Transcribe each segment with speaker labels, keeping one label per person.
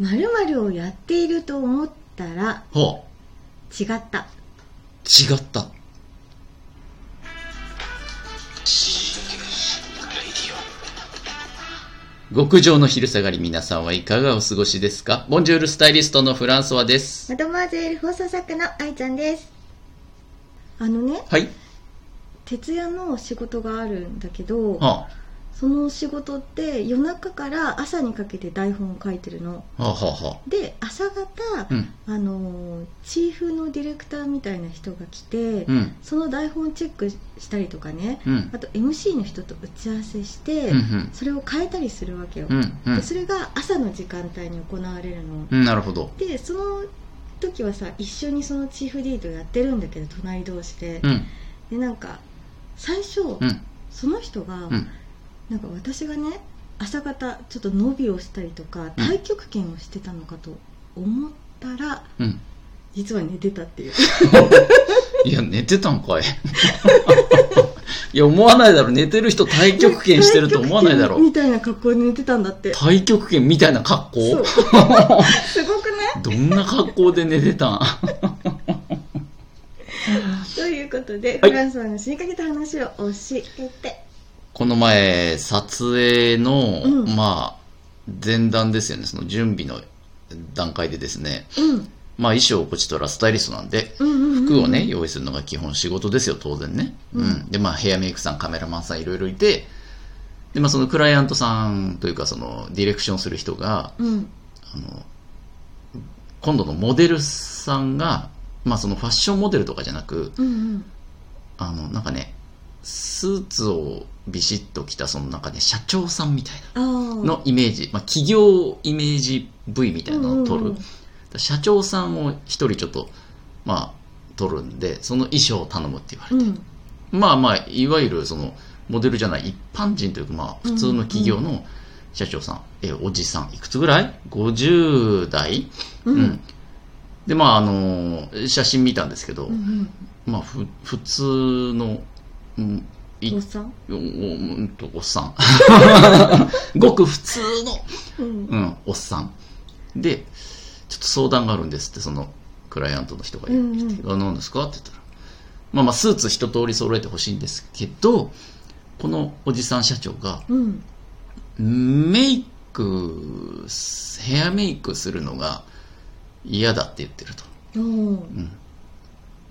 Speaker 1: 〇〇をやっていると思ったら
Speaker 2: はあ、
Speaker 1: 違った。
Speaker 2: 違った。極上の昼下がり皆さんはいかがお過ごしですかボンジュールスタイリストのフランソワです。
Speaker 1: マドマーゼール放送作の愛ちゃんです。あのね、
Speaker 2: はい。
Speaker 1: 徹夜の仕事があるんだけど、
Speaker 2: は
Speaker 1: その仕事って夜中から朝にかけて台本を書いてるの。
Speaker 2: あ、はあ、はあ、は
Speaker 1: で、朝方、
Speaker 2: あ。うん、
Speaker 1: あのーチーフのディレクターみたいな人が来て、
Speaker 2: うん、
Speaker 1: その台本チェックしたりとかね、
Speaker 2: うん
Speaker 1: あ、と MC の人と打ち合わせして、
Speaker 2: うん、うん、
Speaker 1: それを変えたりするわけよ、
Speaker 2: うん、うん
Speaker 1: でそれが朝の時間帯に行われるの、
Speaker 2: うん、なるほど。
Speaker 1: でその時はさ一緒にそのチーフ D とやってるんだけど隣同士で
Speaker 2: う、ん、
Speaker 1: でなんか最初、
Speaker 2: うん、
Speaker 1: その人が、
Speaker 2: うん、
Speaker 1: なんか私がね朝方ちょっと伸びをしたりとか
Speaker 2: うん
Speaker 1: 太極拳をしてたのかと思ったら、
Speaker 2: うん。
Speaker 1: 実は寝てたっていう
Speaker 2: いや、寝てたんかい。 いや、思わないだろ。寝てる人太極拳してると思わないだろ
Speaker 1: 太極。拳みたいな格好で寝てたんだ って
Speaker 2: 太極拳みたいな格
Speaker 1: そう
Speaker 2: 好
Speaker 1: すごくね
Speaker 2: どんな格好で寝てたん
Speaker 1: ということで、
Speaker 2: は
Speaker 1: フ
Speaker 2: い
Speaker 1: ランスはの死にかけた話を教えて
Speaker 2: この前、撮影の、
Speaker 1: うん
Speaker 2: まあ、前段ですよね。その準備の段階でですね。
Speaker 1: うん
Speaker 2: まあ、衣装をこちとらスタイリストなんで、
Speaker 1: うんうんうん
Speaker 2: 服をね、用意するのが基本仕事ですよ、当然ね。
Speaker 1: う
Speaker 2: うんん。で、まあ、ヘアメイクさん、カメラマンさん、いろいろいて、で、まあ、そのクライアントさんというか、その、ディレクションする人が、
Speaker 1: うん
Speaker 2: あの、今度のモデルさんが、まあ、そのファッションモデルとかじゃなく、
Speaker 1: うんうん
Speaker 2: あの、なんかね、スーツをビシッと着た、そのなんかね、社長さんみたい
Speaker 1: あー
Speaker 2: な、のイメージ、まあ、企業イメージ V みたいなのを撮る。
Speaker 1: うんうんうん
Speaker 2: 社長さんを一人ちょっと、まあ、撮るんで、その衣装を頼むって言われ
Speaker 1: う
Speaker 2: て。
Speaker 1: ん
Speaker 2: まあまあ、いわゆるその、モデルじゃない、一般人というか、まあ、普通の企業の社長さん、え、おじさん、いくつぐらい ?50 代
Speaker 1: う
Speaker 2: うん
Speaker 1: うん
Speaker 2: ん。で、まあ、あの写真見たんですけど、
Speaker 1: うん
Speaker 2: まあ、ふ普通の、うん、い
Speaker 1: おっさん
Speaker 2: おおうんとおっさん ごく普通
Speaker 1: うん
Speaker 2: の、うん、おっさんでちょっと相談があるんですってそのクライアントの人
Speaker 1: う
Speaker 2: が言
Speaker 1: ん
Speaker 2: う
Speaker 1: うん
Speaker 2: あ何ですか?」って言ったら「まあまあスーツ一通り揃えてほしいんですけどこのおじさん社長が
Speaker 1: うん
Speaker 2: メイクヘアメイクするのが嫌だって言ってると。
Speaker 1: おー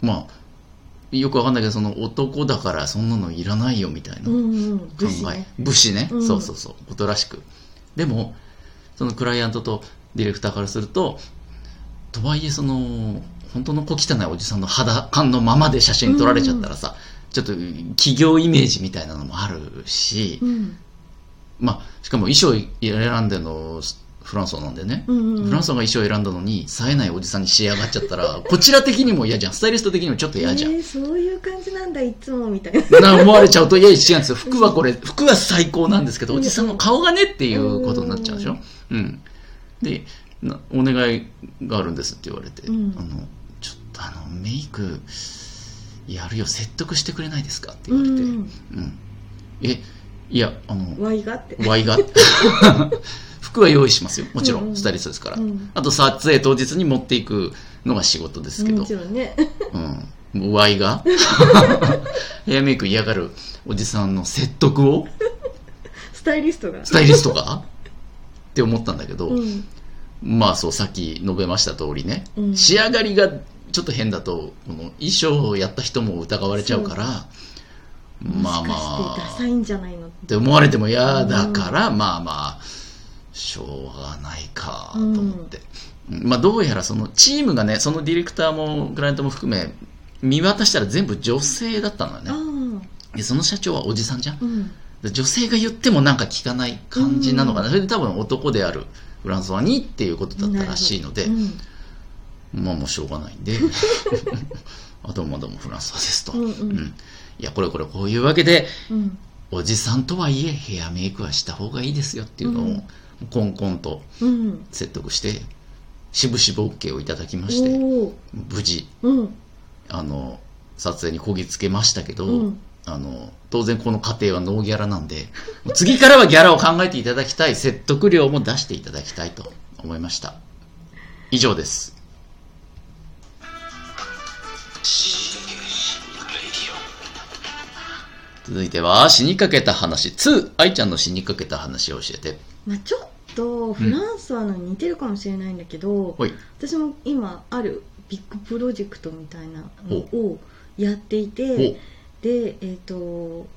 Speaker 2: まあよくわかんないけどその男だからそんなのいらないよみたいな
Speaker 1: うんうん
Speaker 2: 考
Speaker 1: 武士
Speaker 2: え
Speaker 1: ね
Speaker 2: 武士ね、
Speaker 1: うん
Speaker 2: そうそうそうことらしくでもそのクライアントとディレクターからするととはいえその本当の小汚いおじさんの肌感のままで写真撮られちゃったらさ、ちょっと企業イメージみたいなのもあるし、
Speaker 1: うん
Speaker 2: まあしかも衣装選んでるのフランソンなんでね、
Speaker 1: うんうんうん
Speaker 2: フランソンが衣装選んだのに冴えないおじさんに仕上がっちゃったらこちら的にも嫌じゃんスタイリスト的にもちょっと
Speaker 1: え
Speaker 2: 嫌じゃん、
Speaker 1: ーそういう感じなんだいつもみたいな
Speaker 2: な思われちゃうと、いや、違うんですよ。服はこれ、服は最高なんですけど、おじさんの顔がねっていうことになっちゃうでしょ。うん。で、なお願いがあるんですって言われて、
Speaker 1: うん
Speaker 2: あの、ちょっとあの、メイク、やるよ、説得してくれないですかって
Speaker 1: う
Speaker 2: 言われて、うん
Speaker 1: ん
Speaker 2: え、いや、あの、
Speaker 1: ワイがあって
Speaker 2: ワイが、 服は用意しますよ。もちろ
Speaker 1: うんうん
Speaker 2: ん、スタイリストですから。
Speaker 1: うん
Speaker 2: あと、撮影当日に持っていくのが仕事ですけど
Speaker 1: もち、ろんね
Speaker 2: うん。ワイが ヘアメイク嫌がるおじさんの説得を
Speaker 1: スタイリストが
Speaker 2: スタイリストがって思ったんだけど、
Speaker 1: うん
Speaker 2: まあそうさっき述べました通りね、
Speaker 1: うん
Speaker 2: 仕上がりがちょっと変だとこの衣装をやった人も疑われちゃうからまあま
Speaker 1: もしかしてダ
Speaker 2: あ
Speaker 1: サいんじゃないの
Speaker 2: って思われても嫌だから、まあまあしょうがないかと思って、うんまあどうやらそのチームがねそのディレクターもクライアントも含め見渡したら全部女性だったのよね
Speaker 1: ああ
Speaker 2: でその社長はおじさんじゃん
Speaker 1: うん
Speaker 2: で女性が言ってもなんか聞かない感じなのかな、それで多分男であるフランソワにっていうことだったらしいので、
Speaker 1: うん
Speaker 2: まあもうしょうがないんで あどうもどうもフランソワですと、
Speaker 1: うんうん
Speaker 2: いやこれこれこういうわけで
Speaker 1: うん
Speaker 2: おじさんとはいえヘアメイクはした方がいいですよっていうのを、
Speaker 1: うん
Speaker 2: コンコンと
Speaker 1: うん
Speaker 2: 説得してしぶしぶ OK をいただきまして
Speaker 1: おお
Speaker 2: 無事
Speaker 1: うん
Speaker 2: あの撮影にこぎつけましたけど、
Speaker 1: うん
Speaker 2: あの当然この過程はノー ギャラなんで次からはギャラを考えていただきたい説得量も出していただきたいと思いました以上です続いては死にかけた話2愛ちゃんの死にかけた話を教えて
Speaker 1: まあ、ちょっとフランスはのに似てるかもしれないんだけど、
Speaker 2: ほい
Speaker 1: 私も今あるビッグプロジェクトみたいなの
Speaker 2: お
Speaker 1: をやってい
Speaker 2: お
Speaker 1: てでえっ、と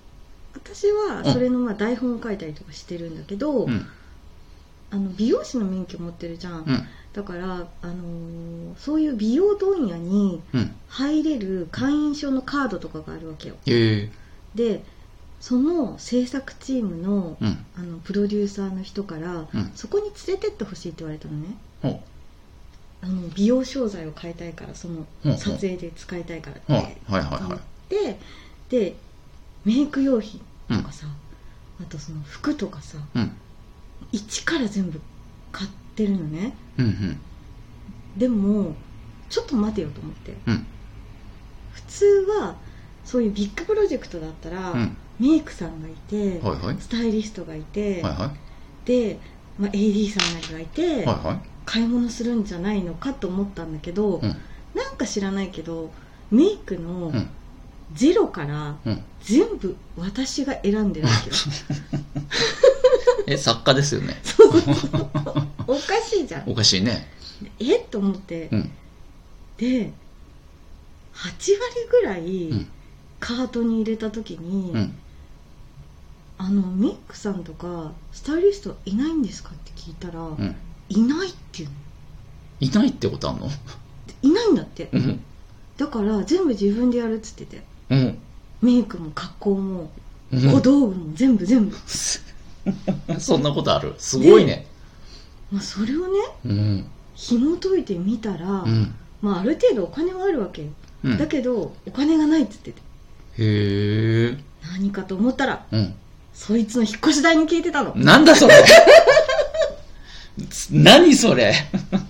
Speaker 1: 私はそれのまあ台本を書いたりとかしてるんだけど、
Speaker 2: うん
Speaker 1: あの美容師の免許持ってるじゃん、
Speaker 2: うん
Speaker 1: だから、あのーそういう美容問屋に
Speaker 2: うん
Speaker 1: 入れる会員証のカードとかがあるわけよ
Speaker 2: へえ
Speaker 1: でその制作チームの
Speaker 2: うん
Speaker 1: あのプロデューサーの人から、
Speaker 2: うん
Speaker 1: そこに連れてってほしいって言われたのね
Speaker 2: ほう
Speaker 1: あの美容商材を買いたいからその
Speaker 2: うんうん
Speaker 1: 撮影で使いたいからって
Speaker 2: ほうはいはいは
Speaker 1: 言ってでメイク用品とかさ、あとその服とかさ
Speaker 2: いうん
Speaker 1: 一から全部買ってるのね
Speaker 2: うんうん
Speaker 1: でもちょっと待てよと思って
Speaker 2: うん
Speaker 1: 普通はそういうビッグプロジェクトだったら、
Speaker 2: うん
Speaker 1: メイクさんがいて、
Speaker 2: はいはい
Speaker 1: スタイリストがいて、
Speaker 2: はいは
Speaker 1: で、まあ、AD さんなりがいて、
Speaker 2: いはいは
Speaker 1: 買い物するんじゃないのかと思ったんだけど、
Speaker 2: うん
Speaker 1: なんか知らないけどメイクの
Speaker 2: うん
Speaker 1: ゼロから
Speaker 2: いうん
Speaker 1: 全部私が選んでるわけよ
Speaker 2: え作家ですよね
Speaker 1: おかしいじゃん
Speaker 2: おかしいね
Speaker 1: えっと思って、
Speaker 2: うん
Speaker 1: で8割ぐらい
Speaker 2: うん
Speaker 1: カートに入れた時に、
Speaker 2: うん
Speaker 1: あのメイクさんとかスタイリストいないんですかって聞いたら、
Speaker 2: うん
Speaker 1: いないっていうの
Speaker 2: いないってことあんの
Speaker 1: いないんだって
Speaker 2: うん
Speaker 1: だから全部自分でやるっつってて
Speaker 2: うん
Speaker 1: メイクも加工も
Speaker 2: う
Speaker 1: 小
Speaker 2: ん
Speaker 1: 道具も全部全部、
Speaker 2: そんなことあるすごいね
Speaker 1: まあ、それをね
Speaker 2: うん
Speaker 1: 紐解いてみたら、
Speaker 2: うん
Speaker 1: まあ、ある程度お金はあるわけよ
Speaker 2: うん
Speaker 1: だけどお金がないっつってて
Speaker 2: へえ
Speaker 1: 何かと思ったら
Speaker 2: うん
Speaker 1: そいつの引っ越し代に消えてたの
Speaker 2: なんだそれ 何それ
Speaker 1: 許せ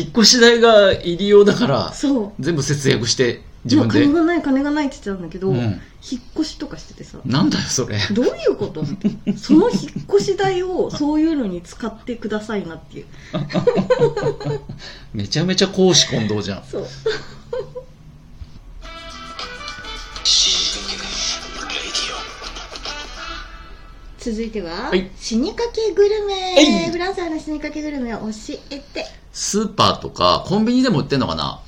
Speaker 2: 引っ越し代が入り用だから
Speaker 1: そう
Speaker 2: 全部節約して
Speaker 1: い
Speaker 2: 自
Speaker 1: や
Speaker 2: 分で
Speaker 1: 金がない金がないって言ってたんだけど、
Speaker 2: うん
Speaker 1: 引っ越しとかしててさ
Speaker 2: なんだよそれ
Speaker 1: どういうことってその引っ越し代をそういうのに使ってくださいなっていう
Speaker 2: めちゃめちゃ公私混同じゃん
Speaker 1: そう 続いては、
Speaker 2: はい
Speaker 1: 死にかけグル
Speaker 2: えい
Speaker 1: メフランスの死にかけグルメを教えて
Speaker 2: スーパーとかコンビニでも売ってんのかな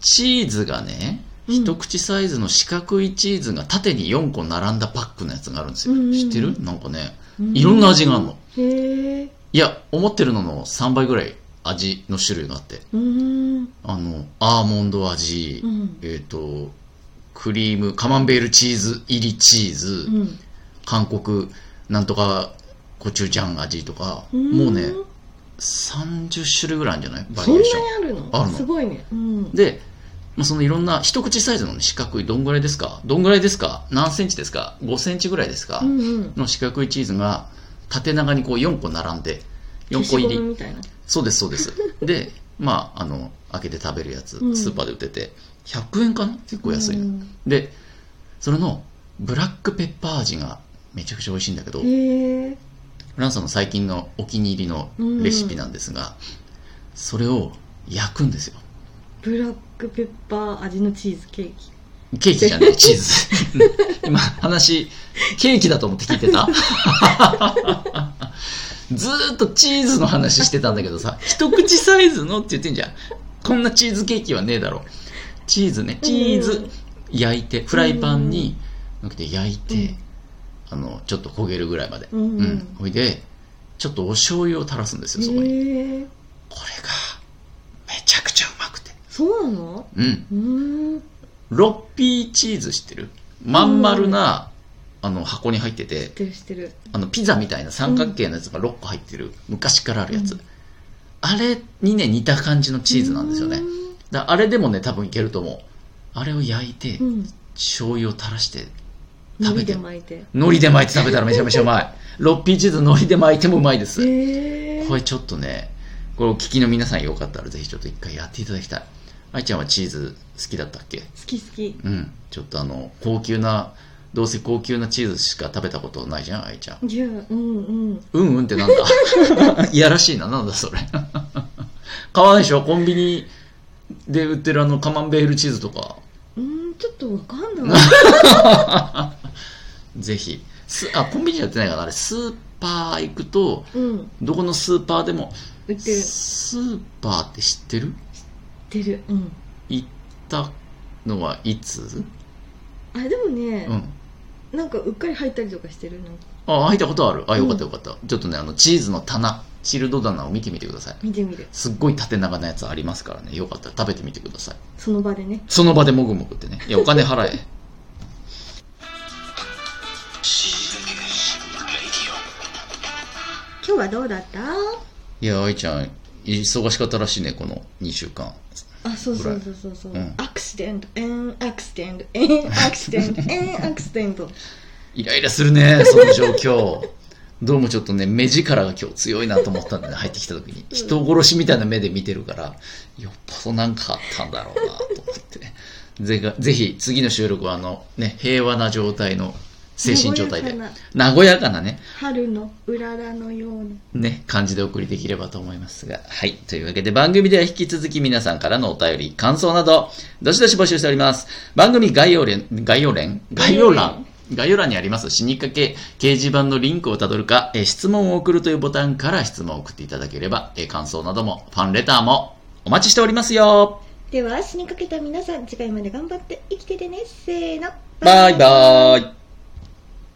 Speaker 2: チーズがね、
Speaker 1: うん
Speaker 2: 一口サイズの四角いチーズが縦に4個並んだパックのやつがあるんですよ、
Speaker 1: うんうんうん
Speaker 2: 知ってるなんかねいろんな味があるの
Speaker 1: へえ
Speaker 2: いや思ってるのの3倍ぐらい味の種類があって
Speaker 1: うん
Speaker 2: あのアーモンド味、
Speaker 1: うん
Speaker 2: えっ、とクリームカマンベールチーズ入りチーズ、
Speaker 1: うん
Speaker 2: 韓国なんとかコチュジャン味とか、
Speaker 1: ん
Speaker 2: もうね30種類ぐらいあるんじゃないバ
Speaker 1: そ
Speaker 2: リ
Speaker 1: ん
Speaker 2: エ
Speaker 1: なに
Speaker 2: ーション
Speaker 1: あるの
Speaker 2: あるの
Speaker 1: すごいねうん
Speaker 2: で、まあ、そのいろんな一口サイズの、ね、四角いどんぐらいですかどんぐらいですか何センチですか5センチぐらいですか、
Speaker 1: うんうん
Speaker 2: の四角いチーズが縦長にこう4個並んで4個
Speaker 1: 消し
Speaker 2: 入
Speaker 1: ゴム
Speaker 2: り
Speaker 1: みたいな
Speaker 2: そうですそうです でまああの開けて食べるやつ
Speaker 1: うん
Speaker 2: スーパーで売ってて100円かな結構安いの、
Speaker 1: うん
Speaker 2: でそれのブラックペッパー味がめちゃくちゃ美味しいんだけど
Speaker 1: へえ
Speaker 2: フランさんの最近のお気に入りのレシピなんですが、それを焼くんですよ
Speaker 1: ブラックペッパー味のチーズケーキ
Speaker 2: ケーキじゃねえ、チーズ。今、話、ケーキだと思って聞いてたずーっとチーズの話してたんだけどさ、一口サイズのって言ってんじゃん。こんなチーズケーキはねえだろ。チーズね、チー
Speaker 1: う
Speaker 2: ズ
Speaker 1: ん、
Speaker 2: 焼いて、フライパンに、なくて焼いて、
Speaker 1: うん
Speaker 2: あの、ちょっと焦げるぐらいまで。
Speaker 1: う
Speaker 2: うんん。ほいで、ちょっとお醤油を垂らすんですよ、そこに。
Speaker 1: へえ
Speaker 2: これが、めちゃくちゃうまくて。
Speaker 1: そうなの
Speaker 2: うん。
Speaker 1: うーん
Speaker 2: ロッピーチーズ知ってるまん丸な、あの箱に入っ
Speaker 1: 知
Speaker 2: て
Speaker 1: っててる知ってる
Speaker 2: あのピザみたいな三角形のやつが6個入ってる、昔からあるやつ、
Speaker 1: うん
Speaker 2: あれにね似た感じのチーズなんですよねだからあれでもね多分いけると思うあれを焼いて、
Speaker 1: うんうん
Speaker 2: 醤油を垂らして
Speaker 1: 海苔
Speaker 2: 食べ
Speaker 1: で
Speaker 2: て
Speaker 1: 巻いて
Speaker 2: 海苔で巻いて食べたらめち ゃめちゃうまいロッピーチーズ海苔で巻いてもうまいです、
Speaker 1: へえ
Speaker 2: これちょっとねこれお聞きの皆さんよかったらぜひちょっと一回やっていただきたい愛ちゃんはチーズ好きだったっけ
Speaker 1: 好き好き
Speaker 2: うん、ちょっとあの高級などうせ高級なチーズしか食べたことないじゃん愛ちゃん
Speaker 1: いやうんうん
Speaker 2: うんうんってなんだ いやらしいな、なんだそれ。 買わないでしょコンビニで売ってるあのカマンベールチーズとか。
Speaker 1: うんちょっとわかん ない
Speaker 2: ぜひ。すあ、コンビニじゃやってないかなあれ、スーパー行くと、
Speaker 1: うん
Speaker 2: どこのスーパーでも、
Speaker 1: 売ってる知
Speaker 2: スーパーって知ってる
Speaker 1: ってるうん
Speaker 2: 行ったのはいつ
Speaker 1: あでもね
Speaker 2: う、ん。
Speaker 1: なんかうっかり入ったりとかしてるなんか
Speaker 2: あ、開いたことあるあ、よかったよかった。ちょっとね、あの、チーズの棚、シールド棚を見てみてください。
Speaker 1: 見てみる
Speaker 2: すっごい縦長のやつありますからね。よかったら食べてみてください。
Speaker 1: その場でね
Speaker 2: その場でもぐもぐってね。いや、お金払え。
Speaker 1: 今日はどうだった
Speaker 2: いや、愛ちゃん、忙しかったらしいね、この2週間。
Speaker 1: あそうそうそうそうそう、
Speaker 2: うん
Speaker 1: アクシデントエンアクシデントエンアクシ デントエンアクシデント
Speaker 2: イライラするね、その状況。どうもちょっとね、目力が今日強いなと思ったんだよね、入ってきた時に。人殺しみたいな目で見てるから、よっぽどなんかあったんだろうな、と思って。ぜがぜひ、次の収録は、あの、ね、平和な状態の精神状態で、
Speaker 1: 和やか
Speaker 2: 和やかなね、
Speaker 1: 春のうららのような
Speaker 2: ね、感じでお送りできればと思いますが。はい。というわけで番組では引き続き皆さんからのお便り、感想など、どしどし募集しております。番組概要欄、概要欄概要欄概要欄にあります死にかけ掲示板のリンクをたどるか、えー質問を送るというボタンから質問を送っていただければ、えー感想なども、ファンレターもお待ちしておりますよ。
Speaker 1: では死にかけた皆さん次回まで頑張って生きててねせーの
Speaker 2: バイバイ。